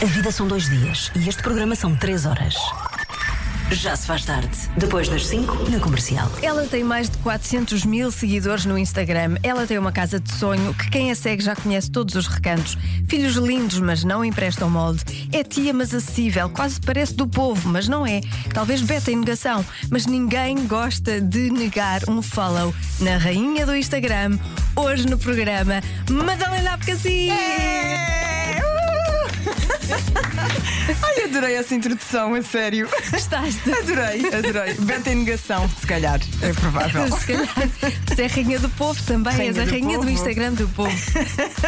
A vida são dois dias e este programa são três horas. Já se faz tarde, depois das cinco na comercial. Ela tem mais de 400 mil seguidores no Instagram. Ela tem uma casa de sonho que quem a segue já conhece todos os recantos. Filhos lindos, mas não emprestam molde. É tia, mas acessível. Quase parece do povo, mas não é. Talvez beta em negação. Mas ninguém gosta de negar um follow na rainha do Instagram. Hoje no programa, Madalena Apocassi! Ai, adorei essa introdução, a sério. Gostaste? Adorei, adorei. Beta em negação, se calhar. É provável. Se calhar. Mas é rainha do povo também, Rainha és a do rainha do povo. Instagram do povo.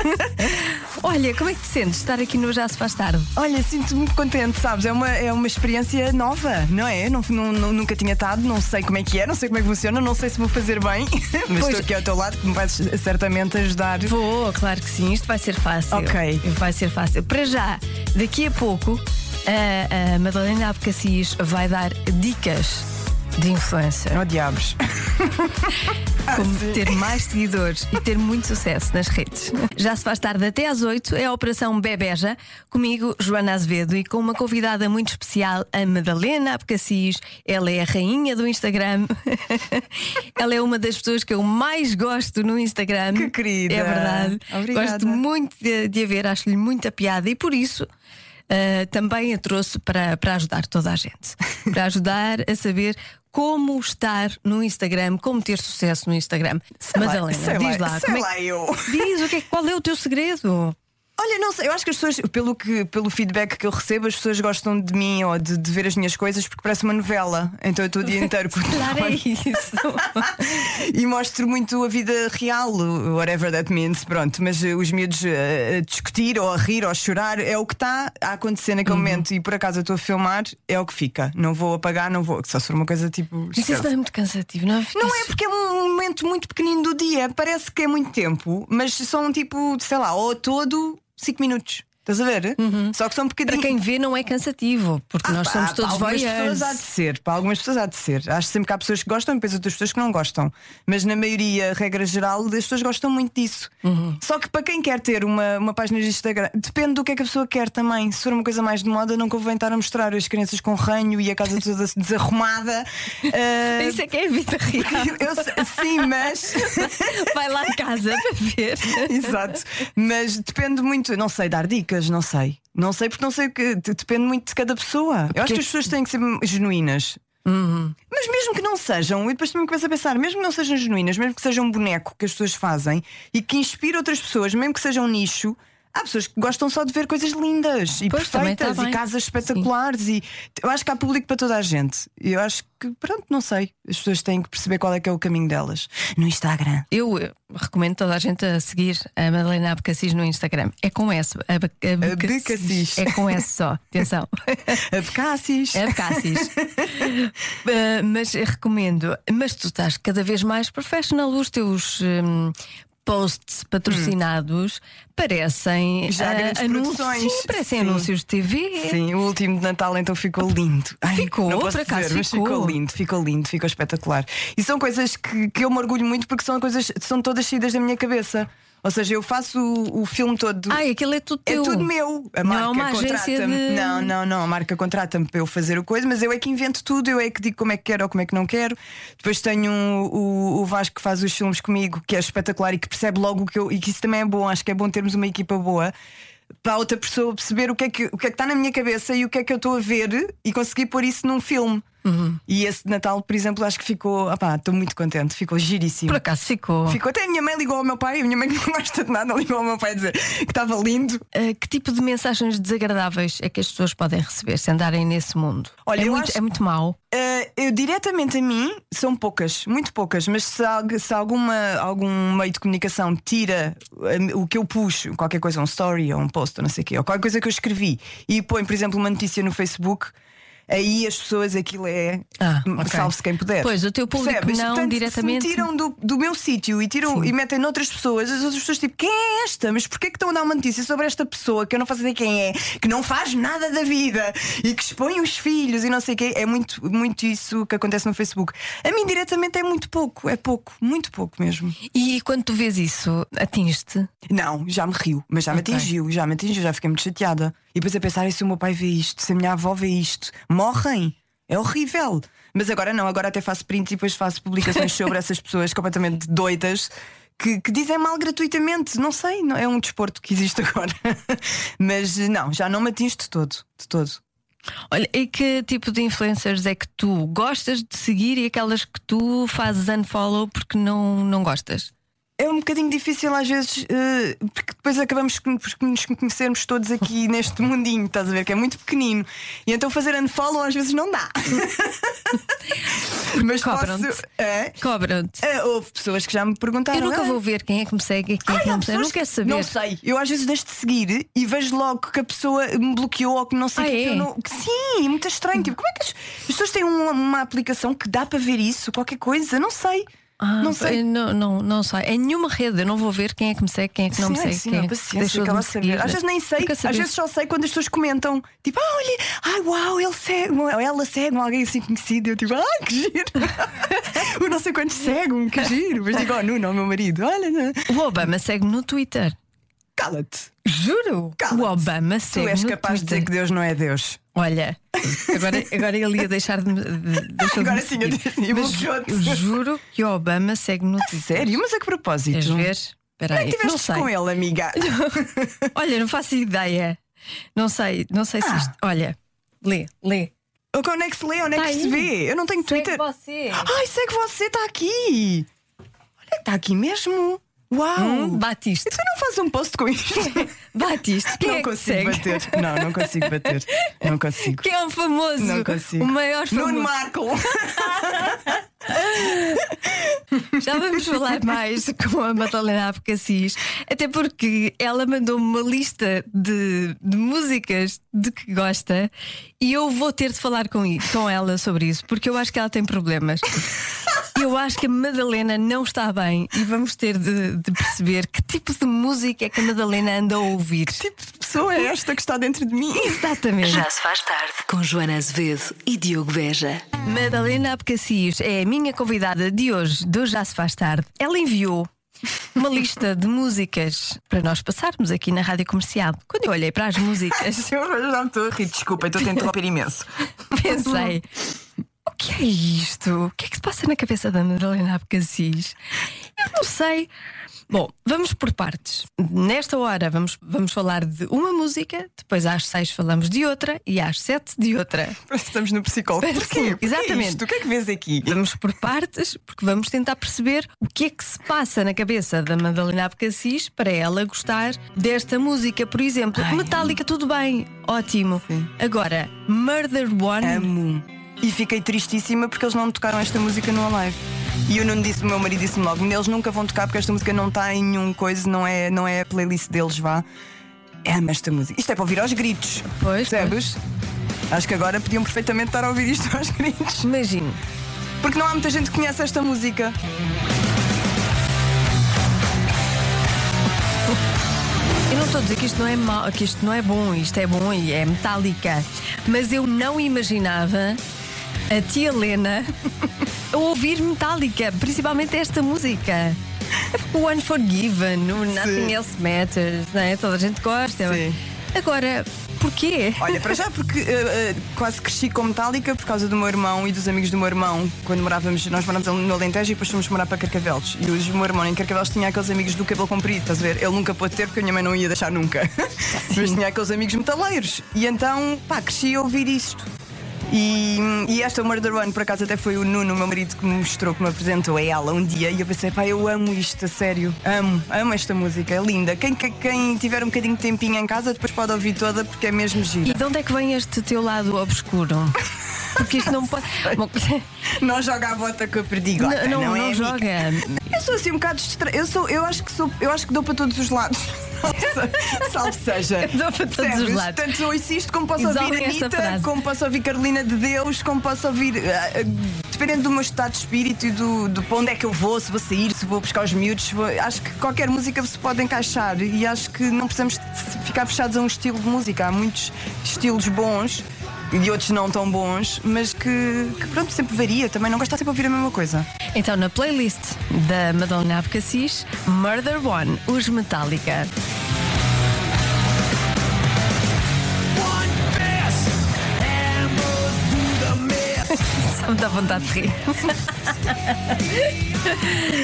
Olha, como é que te sentes de estar aqui no Já Se Faz Tarde? Olha, sinto-me muito contente, sabes? É uma, é uma experiência nova, não é? Não, não- não- nunca tinha estado, não sei como é que é, não sei como é que funciona, não sei se vou fazer bem, mas Pois. estou aqui ao teu lado que me vais certamente ajudar. Vou, claro que sim, isto vai ser fácil. Ok. Vai ser fácil. Para já, daqui a pouco, a, a Madalena Abcacis vai dar dicas de influencer. Oh, diabos. Ah, Como ter mais seguidores e ter muito sucesso nas redes. Já se faz tarde até às 8, é a Operação Bebeja, comigo, Joana Azevedo, e com uma convidada muito especial, a Madalena Abcacis. Ela é a rainha do Instagram. Ela é uma das pessoas que eu mais gosto no Instagram. Que querida. É verdade. Obrigada. Gosto muito de, de a ver, acho-lhe muita piada e por isso. ah, também a trouxe para, para ajudar toda a gente, para ajudar a saber como estar no Instagram, como ter sucesso no Instagram. Madalena, sei diz lá, lá, sei como é lá eu. que- diz o que é, qual é o teu segredo? Olha, não sei, eu acho que as pessoas, pelo, que, pelo feedback que eu recebo, as pessoas gostam de mim ou de, de ver as minhas coisas porque parece uma novela. Então eu estou o dia inteiro com o Claro, é telefone. isso. e mostro muito a vida real, whatever that means, pronto. Mas eh, os miúdos eh, a discutir ou a rir ou a chorar é o que está a acontecer Uhum. naquele momento. E por acaso eu estou a filmar, é o que fica. Não vou apagar, não vou. Só se for uma coisa tipo. Mas isso esquece. não é muito cansativo, não é? Não é porque é um momento muito pequenino do dia, parece que é muito tempo, mas são tipo, sei lá, ao todo 5 minutos. Estás a ver? Só que são um Uhum. Para bocadinho. quem vê, não é cansativo, porque nós Ah, somos pá, todos para algumas voyeurs. pessoas há de ser, para algumas pessoas há de ser. Acho sempre que há pessoas que gostam e depois outras pessoas que não gostam. Mas na maioria, regra geral, as pessoas gostam muito disso. Uhum. Só que para quem quer ter uma, uma página de Instagram, depende do que é que a pessoa quer também. Se for uma coisa mais de moda, não convém estar a mostrar as crianças com ranho e a casa toda desarrumada. Ah, Isso é que é a vida real. eu sei- sim, mas. Vai lá a casa para ver. Exato. Mas depende muito, não sei, dar dicas, não sei. Não sei porque não sei o que. de- Depende muito de cada pessoa. Eu acho que as pessoas têm que ser genuínas. Uhum. Mas mesmo que não sejam, e depois também começo a pensar, mesmo que não sejam genuínas, mesmo que seja um boneco que as pessoas fazem e que inspire outras pessoas, mesmo que seja um nicho. Há pessoas que gostam só de ver coisas lindas e Pois, também perfeitas está e bem. casas espetaculares e eu acho que há público para toda a gente. Eu acho que pronto, não sei. As pessoas têm que perceber qual é que é o caminho delas no Instagram. Eu eh, recomendo toda a gente a seguir a Madalena Abacassis no Instagram. É com S. Abac- Abacassis. É com S só. Atenção. Abcacis. Abacassis. Eh, mas eu recomendo. Mas tu estás cada vez mais professional. Os teus hum, posts patrocinados parecem Hum. Já ah, grandes anúncios. produções. Sim, parecem Sim. anúncios de TV. Sim, o último de Natal então ficou lindo. Ai, Ficou, não posso por acaso dizer, mas ficou. ficou lindo, ficou lindo, ficou espetacular. E são coisas que, que eu me orgulho muito porque são coisas são todas saídas da minha cabeça. Ou seja, eu faço o, o filme todo. Ai, aquilo é tudo É teu. tudo meu. A Não é marca uma agência contrata-me. de- Não, não, não. A marca contrata-me para eu fazer o coisa, mas eu é que invento tudo, eu é que digo como é que quero ou como é que não quero. Depois tenho um, o, o Vasco que faz os filmes comigo, que é espetacular e que percebe logo o que eu. E que isso também é bom. Acho que é bom termos uma equipa boa para a outra pessoa perceber o que, é que, o que é que está na minha cabeça e o que é que eu estou a ver e conseguir pôr isso num filme. Uhum. E esse de Natal, por exemplo, acho que ficou. opá, Estou muito contente, ficou giríssimo. Por acaso ficou. Ficou até a minha mãe ligou ao meu pai, a minha mãe que não gosta de nada, ligou ao meu pai a dizer que estava lindo. Ah, que tipo de mensagens desagradáveis é que as pessoas podem receber se andarem nesse mundo? Olha, é, eu muito, acho- é muito mau. Uh, eu diretamente a mim são poucas, muito poucas, mas se, algu- se alguma, algum meio de comunicação tira um, o que eu puxo, qualquer coisa, um story ou um post, ou não sei o quê, ou qualquer coisa que eu escrevi e põe, por exemplo, uma notícia no Facebook, aí as pessoas aquilo é Ah, hum, ok. salve-se quem puder. Pois, o teu público Percebes? não Portanto, diretamente. Se me tiram do, do meu sítio e tiram e metem noutras pessoas, as outras pessoas tipo, quem é esta? Mas porquê que estão a dar uma notícia sobre esta pessoa que eu não faço ideia quem é, que não faz nada da vida e que expõe os filhos e não sei o quê? É muito, muito isso que acontece no Facebook. A mim diretamente é muito pouco, é pouco, muito pouco mesmo. E quando tu vês isso, atinges-te? Não, já me riu, mas já me Ok. atingiu, já me atingiu, já fiquei muito chateada. E depois a pensar, e se o meu pai vê isto, se a minha avó vê isto, morrem. É horrível. Mas agora não, agora até faço prints e depois faço publicações sobre essas pessoas completamente doidas que, que dizem mal gratuitamente. Não sei, não- é um desporto que existe agora. Mas não, já não me atinge de todo, de todo. Olha, e que tipo de influencers é que tu gostas de seguir e aquelas que tu fazes unfollow porque não, não gostas? É um bocadinho difícil às vezes, eh, porque depois acabamos por por nos conhecermos todos aqui neste mundinho, estás a ver? Que é muito pequenino. E então fazer unfollow às vezes não dá. Mas Cobram-te. posso. É? Cobram-te. Eh, Houve pessoas que já me perguntaram. Eu nunca "Ah, vou ver quem é que me segue e quem é Ai, que há não me segue. Eu pessoas não que- quero saber. Não sei. Eu às vezes deixo de seguir e vejo logo que a pessoa me bloqueou ou que não sei Ah, o que, que é? eu não- que Sim, é muito estranho. Tipo, como é que as, as pessoas têm uma, uma aplicação que dá para ver isso? Qualquer coisa? Não sei. Ah, não eu sei. Não, não, não sei. Em nenhuma rede eu não vou ver quem é que me segue, quem é que não me Sim, segue, sim, quem há é que paciência, deixou de me aquela a saber. seguir. Às vezes nem sei, Nunca às saber. vezes só sei quando as pessoas comentam, tipo, ah, olha, ai uau, ele segue, ou ela segue, um alguém assim conhecido, eu tipo, ah, que giro! o não sei quantos seguem, que giro! Mas digo, oh, Nuno, ao meu marido, olha, né? O Obama segue no Twitter. cala-te! Juro? Cala-te. O Obama Tu segue és no capaz de Twitter. dizer que Deus não é Deus. Olha, agora, agora ele ia deixar de me. de- deixou de Agora me sim, seguir. eu- eu Mas bloqueou-te. eu juro que o Obama segue no Twitter. Sério? Mas a que propósito? é Queres ver? Espera aí. Não Tiveste sei. com ele, amiga. Olha, não faço ideia. Não sei, não sei se Ah. isto. Olha, lê, lê. Onde é que se lê? Onde é Tá que se aí. vê? Eu não tenho Twitter. você. Ai, segue você, está aqui! Olha, está aqui mesmo! Uau! Hum, E batiste. tu não fazes um post com isto? Batiste. Quem não é que consigo segue? bater. Não, não consigo bater. Não consigo. Quem é o famoso? Não consigo. O maior famoso. Nuno Marco! Já vamos falar mais com a Madalena Abcacis, até porque ela mandou-me uma lista de, de músicas de que gosta e eu vou ter de falar com, i- com ela sobre isso, porque eu acho que ela tem problemas. Eu acho que a Madalena não está bem e vamos ter de, de perceber que tipo de música é que a Madalena anda a ouvir. Que tipo de pessoa é esta que está dentro de mim? Exatamente. Já se faz tarde com Joana Azevedo e Diogo Beja. Madalena Abcacis é a minha convidada de hoje, do Já Se Faz Tarde. Ela enviou uma lista de músicas para nós passarmos aqui na rádio comercial. Quando eu olhei para as músicas, Eu agora já me estou a rir, desculpa, eu estou a interromper imenso. pensei: o que é isto? O que é que se passa na cabeça da Madalena Abcacis? Eu não sei. Bom, vamos por partes. Nesta hora vamos, vamos falar de uma música, depois às seis falamos de outra e às sete de outra. Parece que estamos no psicólogo. Sim, Porquê? Porquê exatamente. isto? O que é que vês aqui? Vamos por partes, porque vamos tentar perceber o que é que se passa na cabeça da Madalena Abcacis para ela gostar desta música. Por exemplo, Ai. Metallica, tudo bem, ótimo. Sim. Agora, Murder One. Amo. E fiquei tristíssima porque eles não tocaram esta música no Alive. E o Nuno disse, o meu marido disse-me logo: eles nunca vão tocar porque esta música não está em nenhum coisa, não é, não é a playlist deles, vá. Amo esta música. Isto é para ouvir aos gritos. Pois, Percebes? Acho que agora podiam perfeitamente estar a ouvir isto aos gritos. Imagino. Porque não há muita gente que conhece esta música. Eu não estou a dizer que isto não é mau, que isto não é bom, isto é bom e é Metallica. Mas eu não imaginava a tia Helena a ouvir Metallica, principalmente esta música. O Unforgiven, o Nothing Sim. Else Matters, não é? toda a gente gosta. Sim. Agora, porquê? Olha, para já porque eh, eh, quase cresci com Metallica por causa do meu irmão e dos amigos do meu irmão. Quando morávamos, nós morávamos ali no Alentejo e depois fomos morar para Carcavelos. E hoje o meu irmão em Carcavelos tinha aqueles amigos do cabelo comprido, estás a ver? Ele nunca pôde ter porque a minha mãe não ia deixar nunca. Mas tinha aqueles amigos metaleiros. E então, pá, cresci a ouvir isto. E, e esta Murder One, por acaso, até foi o Nuno, o meu marido, que me mostrou, que me apresentou a ela um dia. E eu pensei, pá, eu amo isto, a sério. Amo, amo esta música, é linda. Quem, quem- quem tiver um bocadinho de tempinho em casa, depois pode ouvir toda, porque é mesmo gira. E de onde é que vem este teu lado obscuro? Porque isto não pode. Bom, Não joga a bota com a perdigota, não, não, não, é? não amiga? joga. Eu sou assim um bocado estra... eu sou, eu acho que sou, eu acho que dou para todos os lados. Salve- Salve seja. Dou para todos Percebes? os lados. Tanto ouço isto como posso Isolem ouvir esta Anitta, frase. como posso ouvir Carolina de Deus, como posso ouvir. ah, ah, dependendo do meu estado de espírito e do, do para onde é que eu vou, se vou sair, se vou buscar os miúdos, se vou- acho que qualquer música se pode encaixar e acho que não precisamos de ficar fechados a um estilo de música. Há muitos estilos bons e outros não tão bons, mas que, que pronto, sempre varia também. Não gosto de estar sempre a ouvir a mesma coisa. Então, na playlist da Madalena Abcacis, Murder One, os Metallica. Só me dá vontade de rir.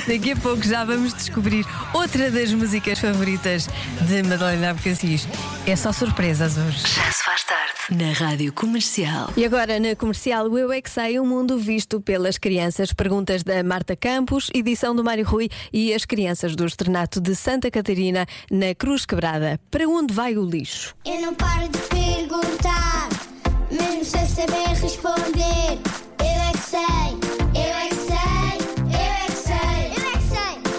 Daqui a pouco já vamos descobrir outra das músicas favoritas de Madalena Abcacis. É só surpresas hoje. Já se faz tarde na Rádio Comercial. E agora na comercial o Eu É Que Sei, o mundo visto pelas crianças. Perguntas da Marta Campos, edição do Mário Rui e as crianças do Estrenato de Santa Catarina na Cruz Quebrada. Para onde vai o lixo? Eu não paro de perguntar, mesmo sem saber responder. Eu é que sei, eu é que sei, eu é que sei, eu é que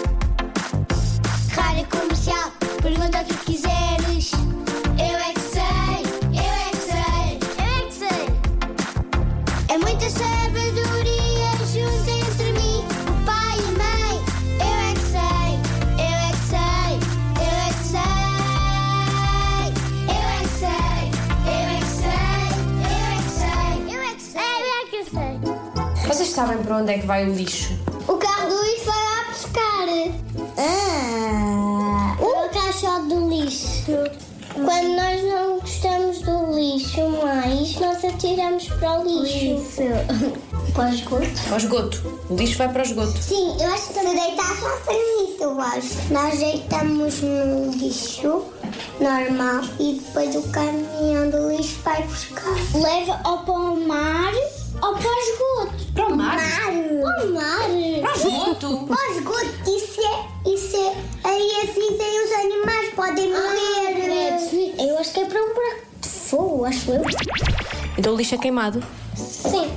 sei. Rádio comercial, pergunta o que quiseres. Eu é que sei, eu é que sei, eu é que sei. É muita sabedoria junto entre mim, o pai e a mãe. Eu é que sei, eu é que sei, eu é que sei. Eu é que sei, eu é que sei, eu é que sei, eu é que sei, eu é que sei. Vocês sabem para onde é que vai o lixo? O carro do lixo vai lá buscar. Ah! O caixote do lixo. Quando nós não gostamos do lixo mais, nós atiramos para o lixo. Para o esgoto? Para o esgoto. O lixo vai para o esgoto. Sim, eu acho que se deitar já foi muito, eu acho. Nós deitamos no lixo normal e depois o caminhão do lixo vai buscar. Leva ou para o mar ou para o esgoto. Para o mar? Para o mar. Para o esgoto? Para o esgoto. Isso é, isso é. Aí assim tem os animais, podem morrer. Ah, eu acho que é para um buraco de fogo, acho eu. Então o lixo é queimado. Sim.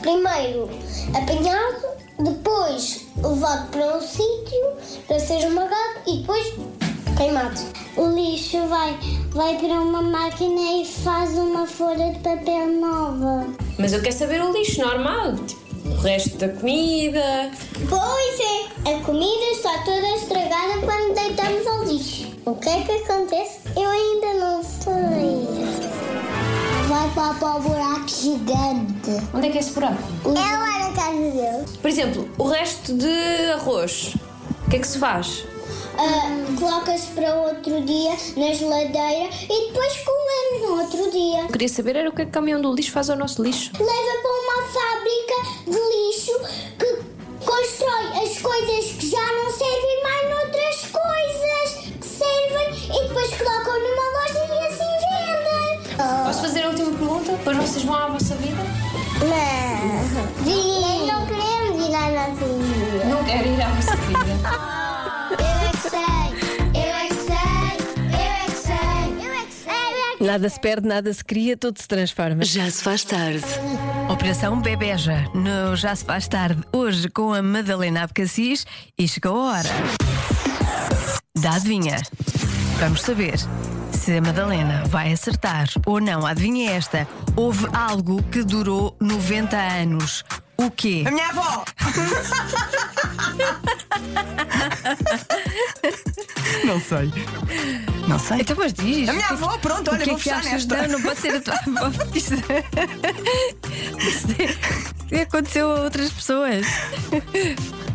Primeiro apanhado, depois levado para um sítio para ser esmagado e depois queimado. O lixo vai, vai para uma máquina e faz uma folha de papel nova. Mas eu quero saber o lixo normal. Tipo, o resto da comida. Pois é, a comida está toda estragada quando deitamos ao lixo. O que é que acontece? Eu ainda não sei. Vai para o buraco gigante. Onde é que é esse buraco? É lá na casa dele. Por exemplo, o resto de arroz. O que é que se faz? Ah, Coloca-se para outro dia na geladeira e depois comemos no outro dia. Eu queria saber era o que é que o caminhão do lixo faz ao nosso lixo. Leva para uma fábrica de lixo que constrói as coisas que já não servem mais noutras coisas que servem e depois colocam numa loja e assim vendem. Posso fazer a última pergunta? Depois vocês vão à vossa vida? Não. Nós não queremos ir à nossa vida. Não quero ir à vossa vida. Eu é que sei. Eu é que sei. Eu é que sei. Eu é que sei. Nada se perde, nada se cria, tudo se transforma. Já se faz tarde. Operação Bebeja, no Já se faz tarde, hoje com a Madalena Abcacis e chegou a hora da adivinha. Vamos saber se a Madalena vai acertar ou não. Adivinha é esta, houve algo que durou 90 anos. O quê? A minha avó! não sei. Não sei. Então, mas diz. A minha avó, pronto, O olha, que é vou que fechar achas? nesta. Não, não pode ser a tua avó. Isto- Isto é- aconteceu a outras pessoas.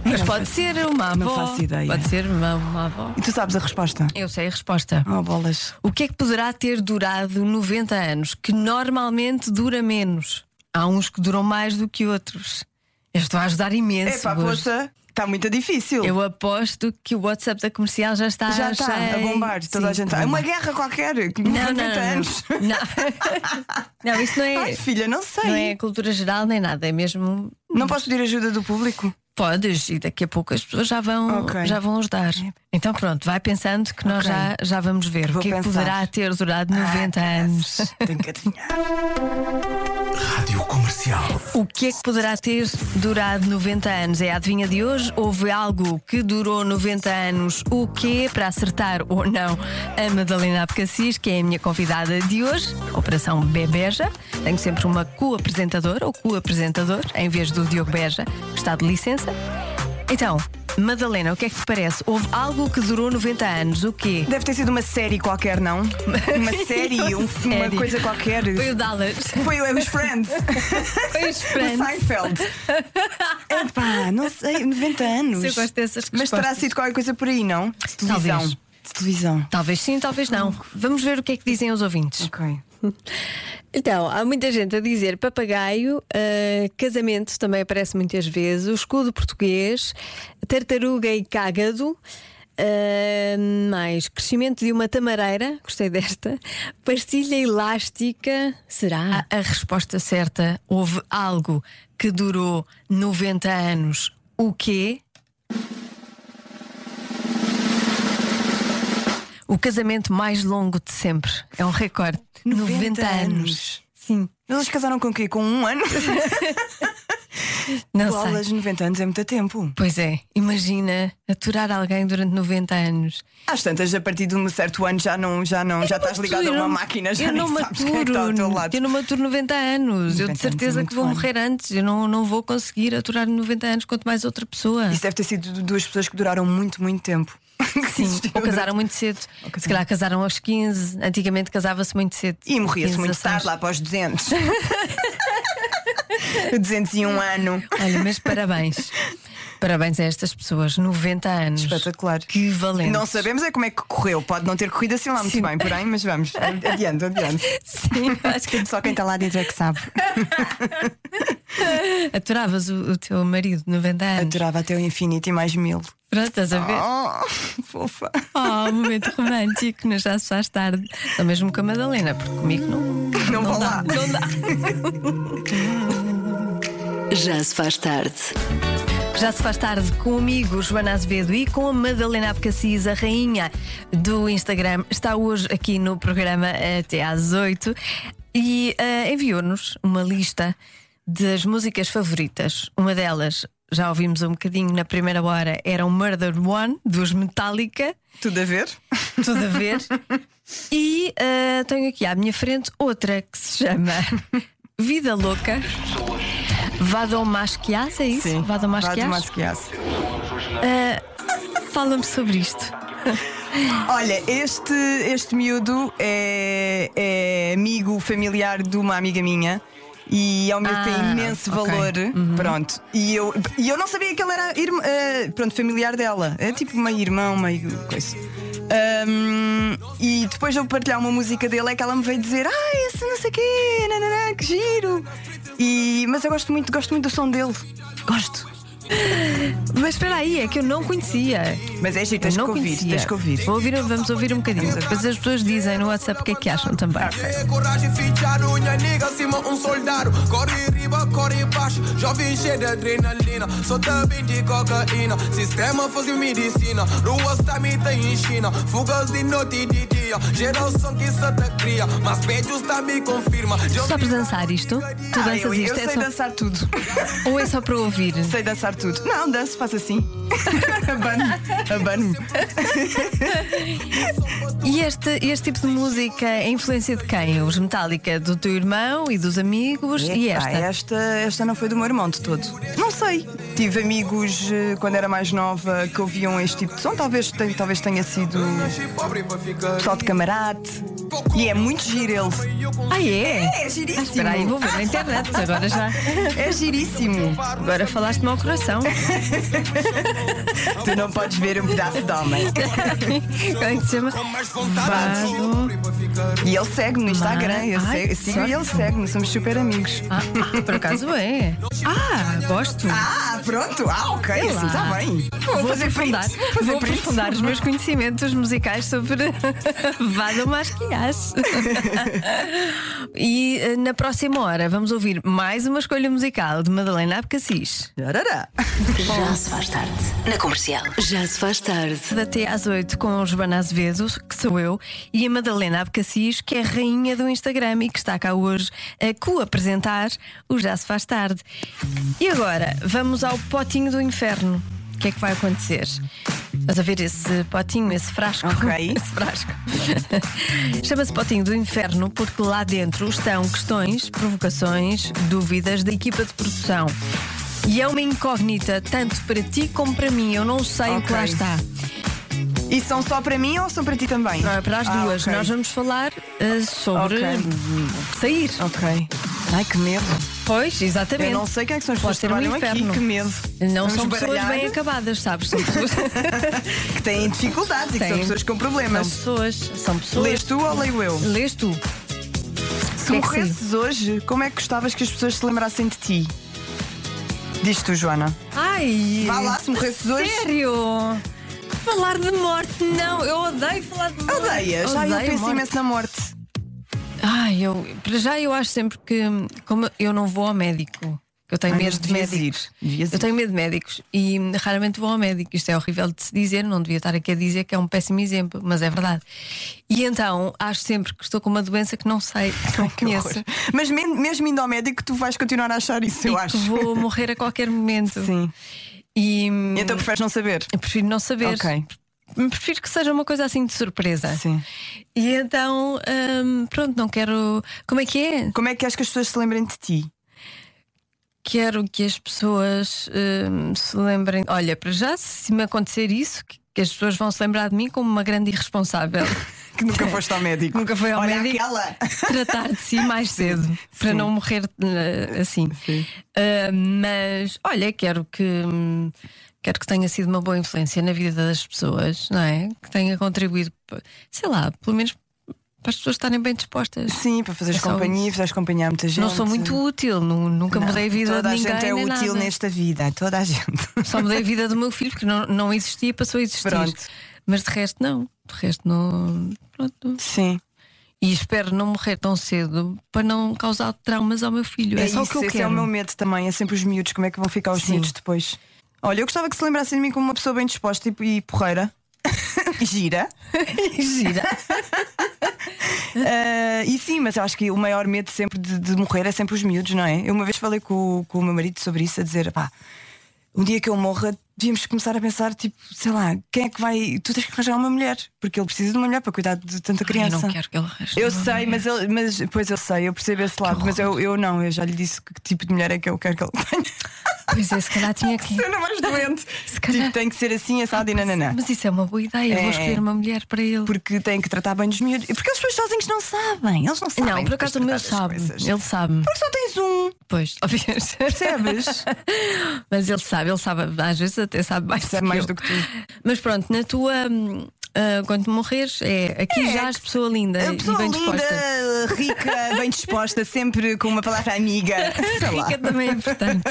Mas pode ser uma avó. Não faço ideia. Pode ser uma, uma avó. E tu sabes a resposta? Eu sei a resposta. Oh, bolas. O que é que poderá ter durado 90 anos, que normalmente dura menos? Há uns que duram mais do que outros. Eu estou a ajudar imenso. Epá, hoje. poxa, está muito difícil. Eu aposto que o WhatsApp da comercial já está Já está a cheio. bombar toda Sim, a gente. a É uma bombar. guerra qualquer, que Não, não, 90 não. anos. Não, não isso não é. Ai, filha, não sei. Não é cultura geral nem nada, é mesmo. Não posso pedir ajuda do público? Podes, e daqui a pouco as pessoas já vão, Ok. É. já vão ajudar. Então pronto, vai pensando que nós Ok. já, já vamos ver Vou o que é que pensar. Ah, poderá ter durado 90 anos. Tenho que adivinhar. Rádio Comercial. O que é que poderá ter durado 90 anos? É a adivinha de hoje? Houve algo que durou 90 anos? O quê? Para acertar ou não a Madalena Abcacis, que é a minha convidada de hoje, Operação Bebeja. Tenho sempre uma co-apresentadora ou co-apresentador, em vez do Diogo Beja, que está de licença. Então, Madalena, o que é que te parece? Houve algo que durou 90 anos? O quê? Deve ter sido uma série qualquer, não? Uma série, um- uma Sério? coisa qualquer. Foi o Dallas. Foi o- os Friends, Foi os o Friends. Seinfeld. Epá, É não sei, 90 anos. Eu gosto dessas Mas terá respostas. sido qualquer coisa por aí, não? De Talvez. televisão. De televisão. Talvez sim, talvez não. Vamos ver o que é que dizem os ouvintes. Ok. Então, há muita gente a dizer papagaio, ah, casamento também aparece muitas vezes, o escudo português, tartaruga e cágado. ah, mais crescimento de uma tamareira, gostei desta, pastilha elástica, será? A, a resposta certa: houve algo que durou 90 anos. O quê? O casamento mais longo de sempre. É um recorde. 90, anos. Sim. Eles casaram com o quê? Com um ano? Não Bolas, sei. 90 anos é muito tempo. Pois é, imagina aturar alguém durante 90 anos. Às tantas, a partir de um certo ano já não, já não, já estás ligado a Eu uma não- máquina, já eu nem não sabes quem é que está ao teu maturo, lado. Eu não maturo 90 anos. eu de 90 anos certeza é que muito vou bem. morrer antes. Eu não, não vou conseguir aturar 90 anos, quanto mais outra pessoa. Isso deve ter sido de duas pessoas que duraram muito, muito tempo. é Sim, ou casaram muito cedo. Se calhar casaram aos 15. Antigamente casava-se muito cedo. E morria-se 15, muito 16. tarde, lá para os 200. 201 ano. Olha, mas parabéns. Parabéns a estas pessoas, 90 anos. Espetacular. Que valente. Não sabemos é como é que correu. Pode não ter corrido assim lá muito Sim. bem, porém, mas vamos. Adiante, adiante. Sim, acho que Só quem está lá dentro é que sabe. aturavas o, o teu marido de 90 anos. Adorava até o infinito e mais mil. Pronto, estás a ver? Oh, fofa. Oh, momento romântico, mas já se faz tarde. Só mesmo com a Madalena, porque comigo não. Não vou lá. Não dá. Já se faz tarde. Já se faz tarde comigo, Joana Azevedo, e com a Madalena Abcacis, a rainha do Instagram. Está hoje aqui no programa até às 8 e ah, enviou-nos uma lista das músicas favoritas. Uma delas, já ouvimos um bocadinho na primeira hora, era o Murder One, dos Metallica. Tudo a ver? Tudo a ver. e ah, tenho aqui à minha frente outra que se chama Vida Louca. Vadomasquias, é isso? Vadomasquias? Masquias. Fala-me sobre isto. Olha, este, este miúdo é, é amigo familiar de uma amiga minha. E é um miúdo que Ah, tem imenso ok. Uhum. valor. Pronto. E eu, e eu não sabia que ele era irmã, eh, pronto, familiar dela. É tipo meio irmão, meio coisa. Ahm, e depois de eu partilhar uma música dele, é que ela me veio dizer: Ah, esse não sei o quê, nananã, que giro. E, mas eu gosto muito, gosto muito do som dele. Gosto. Mas espera aí, é que eu não conhecia. Mas é giro, Eu tens que não ouvir, conhecia. tens que ouvir. Vou ouvir, vamos ouvir um bocadinho. Depois as pessoas dizem no WhatsApp o que é que acham também. Coragem, fichar unha, liga, cima um soldado. Corre em riba, corre em baixo. Jovem cheio de adrenalina. Sou também de cocaína. Sistema fosse medicina. Ruas também tem em China. Fugas de noite e de dia. Geração que Santa cria. Mas pedidos também confirma. Tu sabes dançar isto? Tu Ah, danças eu, eu isto? É sei só- dançar tudo. Ou é só para ouvir? Sei dançar tudo. Não, danço, faço assim. Abano-me. Abano-me. E este, este tipo de música é influência de quem? Os Metallica, do teu irmão e dos amigos? e Epá, é- esta? esta? Esta não foi do meu irmão de todo. Não sei. Tive amigos eh, quando era mais nova que ouviam este tipo de som. Talvez, ten- talvez tenha sido Pobre pra ficar. pessoal de camarate. E é muito giro ele. Ah, é? É Ah, giríssimo. espera aí, vou ver na internet agora já. É giríssimo. Agora falaste-me ao coração. Tu não podes ver um pedaço de homem. Como é que se chama? Com mais vontade. Vado. Pobre pra ficar. E ele segue no Instagram. Eu Ai, sei- sigo e ele segue-me. Somos super amigos. Ah, por acaso é. Ah, gosto. Ah, pronto. Ah, ok. Assim está lá. bem. Vou, fazer print. aprofundar, Vou fazer vou print. aprofundar os meus conhecimentos musicais sobre Vado Masquias. e eh, na próxima hora vamos ouvir mais uma escolha musical de Madalena Abcacis. Arará. Já se faz tarde. Na comercial. Já se faz tarde. Até às 8 com o Giovanna Azevedo, que sou eu, e a Madalena Abcacis, que é rainha do Instagram e que está cá hoje a co-apresentar o Já Se Faz Tarde. E agora, vamos ao potinho do inferno. O que é que vai acontecer? Estás a ver esse potinho, esse frasco? Ok. Esse frasco. Chama-se Potinho do Inferno porque lá dentro estão questões, provocações, dúvidas da equipa de produção. E é uma incógnita, tanto para ti como para mim. Eu não sei o que lá Ok. está. E são só para mim ou são para ti também? Não, é para as Ah, duas. ok. Nós vamos falar eh, sobre Ok. sair. Ok. Ai, que medo. Pois, exatamente. Eu não sei quem é que são as Pode pessoas que ser um trabalham aqui. inferno. Que medo. Não Vamos são pessoas baralhar. bem acabadas, sabes? São pessoas. Que têm dificuldades e que Têm. são pessoas com são problemas. pessoas. São pessoas. Lês tu ou leio eu? Lês tu. Se Que é que morresses hoje, como é que gostavas que as pessoas se lembrassem de ti? Diz tu, Joana. Ai! Vá lá, se morresses hoje. Sério? Falar de morte, não, eu odeio falar de morte. Odeias? Ai, eu Odeio penso morte. imenso na morte. Ai, Ah, eu, para já eu acho sempre que, como eu não vou ao médico, que eu tenho Ai, medo mas de devias médicos. ir, devias eu ir. tenho medo de médicos e hum, raramente vou ao médico. Isto é horrível de se dizer, não devia estar aqui a dizer que é um péssimo exemplo, mas é verdade. E então acho sempre que estou com uma doença que não sei, que não Que horror. conheço. Mas men- mesmo indo ao médico, tu vais continuar a achar isso, eu e acho. que vou morrer a qualquer momento. Sim. E hum, Então preferes não saber? eu prefiro não saber. Hum, Ok. Prefiro que seja uma coisa assim de surpresa. Sim. E então, hum, pronto, não quero. Como é que é? Como é que és que as pessoas se lembrem de ti? Quero que as pessoas hum, se lembrem. Olha, para já, se me acontecer isso, que, que as pessoas vão se lembrar de mim como uma grande irresponsável. Que nunca foste ao médico. Nunca foi ao Olha médico. aquela. Tratar de si mais cedo, para não morrer eh, assim. Ah, mas, olha, quero que. hum, Quero que tenha sido uma boa influência na vida das pessoas, não é? Que tenha contribuído, p- sei lá, pelo menos para as pessoas estarem bem dispostas. Sim, para fazeres É só companhia, isso. fizeste companhia a muita gente. Não sou muito útil, nu- nunca mudei a vida Toda de a ninguém. gente é nem útil nada. nesta vida, toda a gente. Só mudei a vida do meu filho, porque não, não existia, passou a existir. Pronto. Mas de resto, não. De resto, não. Pronto. Sim. E espero não morrer tão cedo para não causar traumas ao meu filho. É, só o isso, que eu esse quero. é o meu medo também, é sempre os miúdos, como é que vão ficar os Sim. miúdos depois. Olha, eu gostava que se lembrassem de mim como uma pessoa bem disposta e, e porreira. E Gira. Gira. Ah, e sim, mas eu acho que o maior medo sempre de, de morrer é sempre os miúdos, não é? Eu uma vez falei com, o- com o meu marido sobre isso, a dizer, pá, um dia que eu morra, devíamos começar a pensar, tipo, sei lá, quem é que vai. Tu tens que arranjar uma mulher, porque ele precisa de uma mulher para cuidar de tanta Eu criança. não quero que ele arraste. Eu uma sei, mulher. mas, ele, mas pois eu sei, eu percebo esse lado, mas eu, eu não, eu já lhe disse que, que tipo de mulher é que eu quero que ele tenha. Pois é, se calhar tinha que. Seu namoro doente. Se calhar- Tipo, tem que ser assim, assado e nananã. Mas isso é uma boa ideia. Eu É. Vou escolher uma mulher para ele. Porque tem que tratar bem dos miúdos. Porque eles depois sozinhos não sabem. Eles não sabem. Não, por acaso o depois meu tratar sabe. das coisas. Ele sabe. Porque só tens um, Pois, obviamente. percebes? Mas ele sabe, ele sabe, às vezes até sabe mais, Sabe mais eu. do que tu. Mas pronto, na tua. hum, ah, quando morreres, é aqui já és pessoa linda A e é pessoa bem linda, disposta. rica, bem disposta, sempre com uma palavra amiga. Sei lá. Rica também é importante.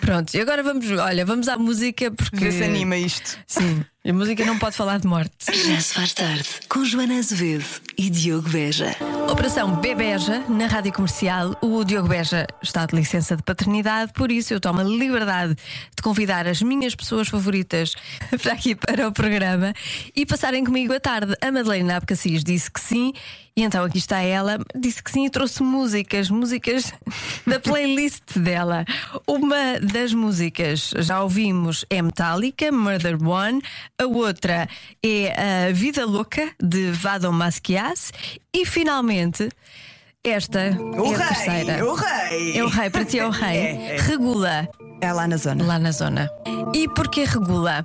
pronto, e agora vamos, olha, vamos à música porque. Vê se anima isto. Sim, a música não pode falar de morte. Já se faz tarde com Joana Azevedo e Diogo Beja. Operação Bebeja, na rádio comercial, o Diogo Beja está de licença de paternidade, por isso eu tomo a liberdade de convidar as minhas pessoas favoritas para aqui para o programa e passarem comigo à tarde. A Madalena Abcacis disse que sim, e então aqui está ela, disse que sim e trouxe músicas, músicas da playlist dela. Uma das músicas já ouvimos é Metallica, Murder One, a outra é a Vida Louca de Vado Masquias e finalmente esta O é a rei, terceira. o rei. É o rei, para ti é o rei. É, é. Regula É lá na zona. lá na zona. E porquê regula?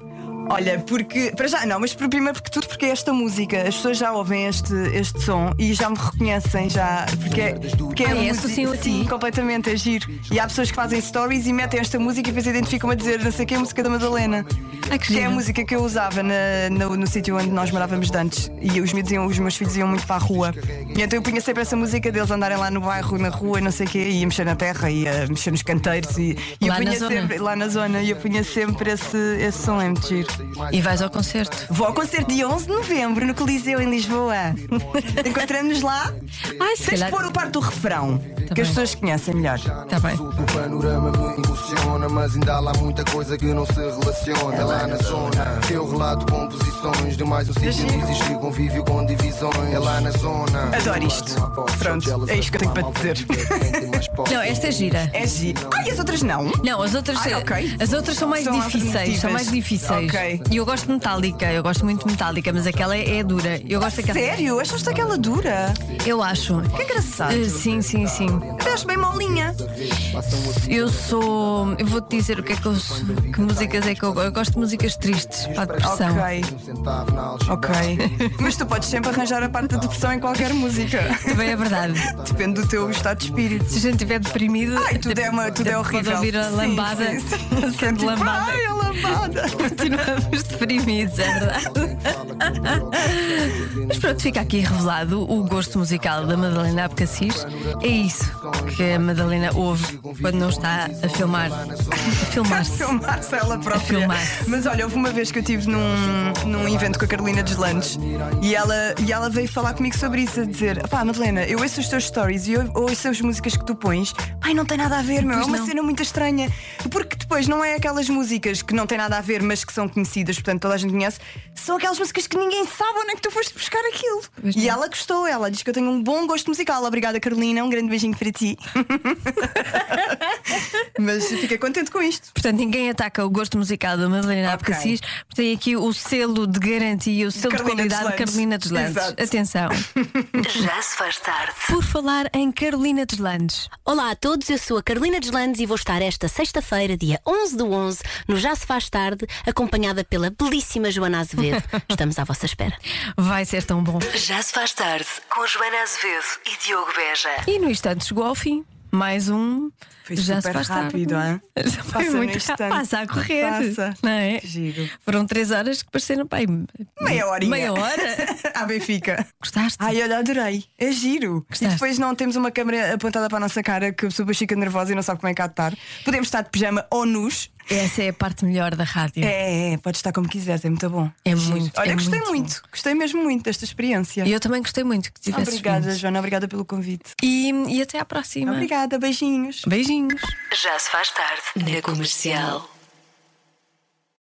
Olha, porque. Para já, não, mas por- primeiro porque tudo, porque é esta música. As pessoas já ouvem este, este som e já me reconhecem, já. Porque, é- porque Ah, é é, música- associam a ti. Sim, completamente, é giro. E há pessoas que fazem stories e metem esta música e depois identificam-me a dizer, não sei o que é a música da Madalena. Ai, que Que é a giro. música que eu usava na- no, no sítio onde nós morávamos de antes e os meus, iam, os meus filhos iam muito para a rua. E então eu punha sempre essa música deles andarem lá no bairro, na rua, não sei o quê, e ia mexer na terra, ia mexer nos canteiros e, e eu Lá na punha zona. sempre lá na zona e eu punha sempre esse, esse som, é muito giro. E vais ao concerto. Vou ao concerto de 11 de novembro no Coliseu em Lisboa. Encontramos lá. Ai, se Tens calhar- Tá que pôr o par do refrão, que bem. as pessoas conhecem melhor. Está Tá bem. O Um panorama me emociona, mas ainda há lá muita coisa que não se relaciona. É lá na zona, eu relato composições de mais um sítio onde existe convívio com divisões. É lá na zona. Adoro isto. Pronto, é isto que eu tenho para te dizer. Não, esta é gira. É giro. Ai, as outras não? Não, as outras, Ah, ok. as outras são mais São difíceis. São alternativas. mais difíceis. Ok. E eu gosto de metálica, eu gosto muito de metálica, mas aquela é, é dura. Eu gosto daquela. Sério? Achaste aquela dura? Eu acho. Que engraçado. Eh, sim, sim, sim. Estás bem molinha. Eu sou. Eu vou-te dizer o que é que eu sou. Que músicas é que eu, eu gosto de músicas tristes para a depressão. Ok, ok. Mas tu podes sempre arranjar a parte da depressão em qualquer música. Também é verdade. Depende do teu estado de espírito. Se a gente estiver deprimido. Ai, tudo é, uma, tudo é pode horrível. Tipo, ouvir a Sim, lambada. sim, sim. Sendo Tipo, lambada. Ai, a lambada. Continua a Estamos deprimidos, é verdade. Mas pronto, fica aqui revelado o gosto musical da Madalena Abcacis. É isso que a Madalena ouve quando não está a filmar. A filmar-se. filmar-se É ela própria. filmar-se. Mas olha, houve uma vez que eu estive num, num evento com a Carolina Deslandes e ela, e ela veio falar comigo sobre isso, a dizer: pá, Madalena, eu ouço os teus stories e eu ouço as músicas que tu pões, pai, não tem nada a ver, meu. É Pois uma não. cena muito estranha. Porque depois não é aquelas músicas que não têm nada a ver, mas que são conhecidas, portanto toda a gente conhece, são aquelas músicas que ninguém sabe onde é que tu foste buscar aquilo. Pois e não. ela gostou, ela diz que eu tenho um bom gosto musical. Obrigada, Carolina, um grande beijinho para ti. mas fiquei contente com isto. Portanto, ninguém ataca o gosto musical da Madalena Ok. Abcacis, porque tem aqui o selo de garantia, o selo de Carolina qualidade de Deslandes. Carolina Deslandes. Exato. Atenção. Já se faz tarde. Por falar em Carolina Deslandes, Olá a todos, eu sou a Carolina Deslandes e vou estar esta sexta-feira, dia 11 do 11, no Já Se Faz Tarde, acompanhada pela belíssima Joana Azevedo. Estamos à vossa espera. vai ser tão bom. Já se faz tarde com Joana Azevedo e Diogo Beja. E no instante chegou ao fim. Mais um. Foi já se super faz rápido, tarde. hein? Já Foi Passa no muito rápido. instante. Passa a correr. Passa. Não é? Que giro. Foram três horas que pareceram, pai. Meia horinha. Meia hora? à Ah, Benfica. Gostaste? Ai, olha, adorei. É giro. Gostaste? E depois não temos uma câmera apontada para a nossa cara que a pessoa depois fica nervosa e não sabe como é que há de estar. Podemos estar de pijama ou nus. Essa é a parte melhor da rádio. É, é, é, pode estar como quiseres, é muito bom. É Giro. muito, Olha, é gostei muito muito, gostei mesmo muito desta experiência. E eu também gostei muito que tivesses Obrigada, vindo. Joana, obrigada pelo convite. E, e até à próxima. Obrigada, beijinhos. Beijinhos. Já se faz tarde na comercial.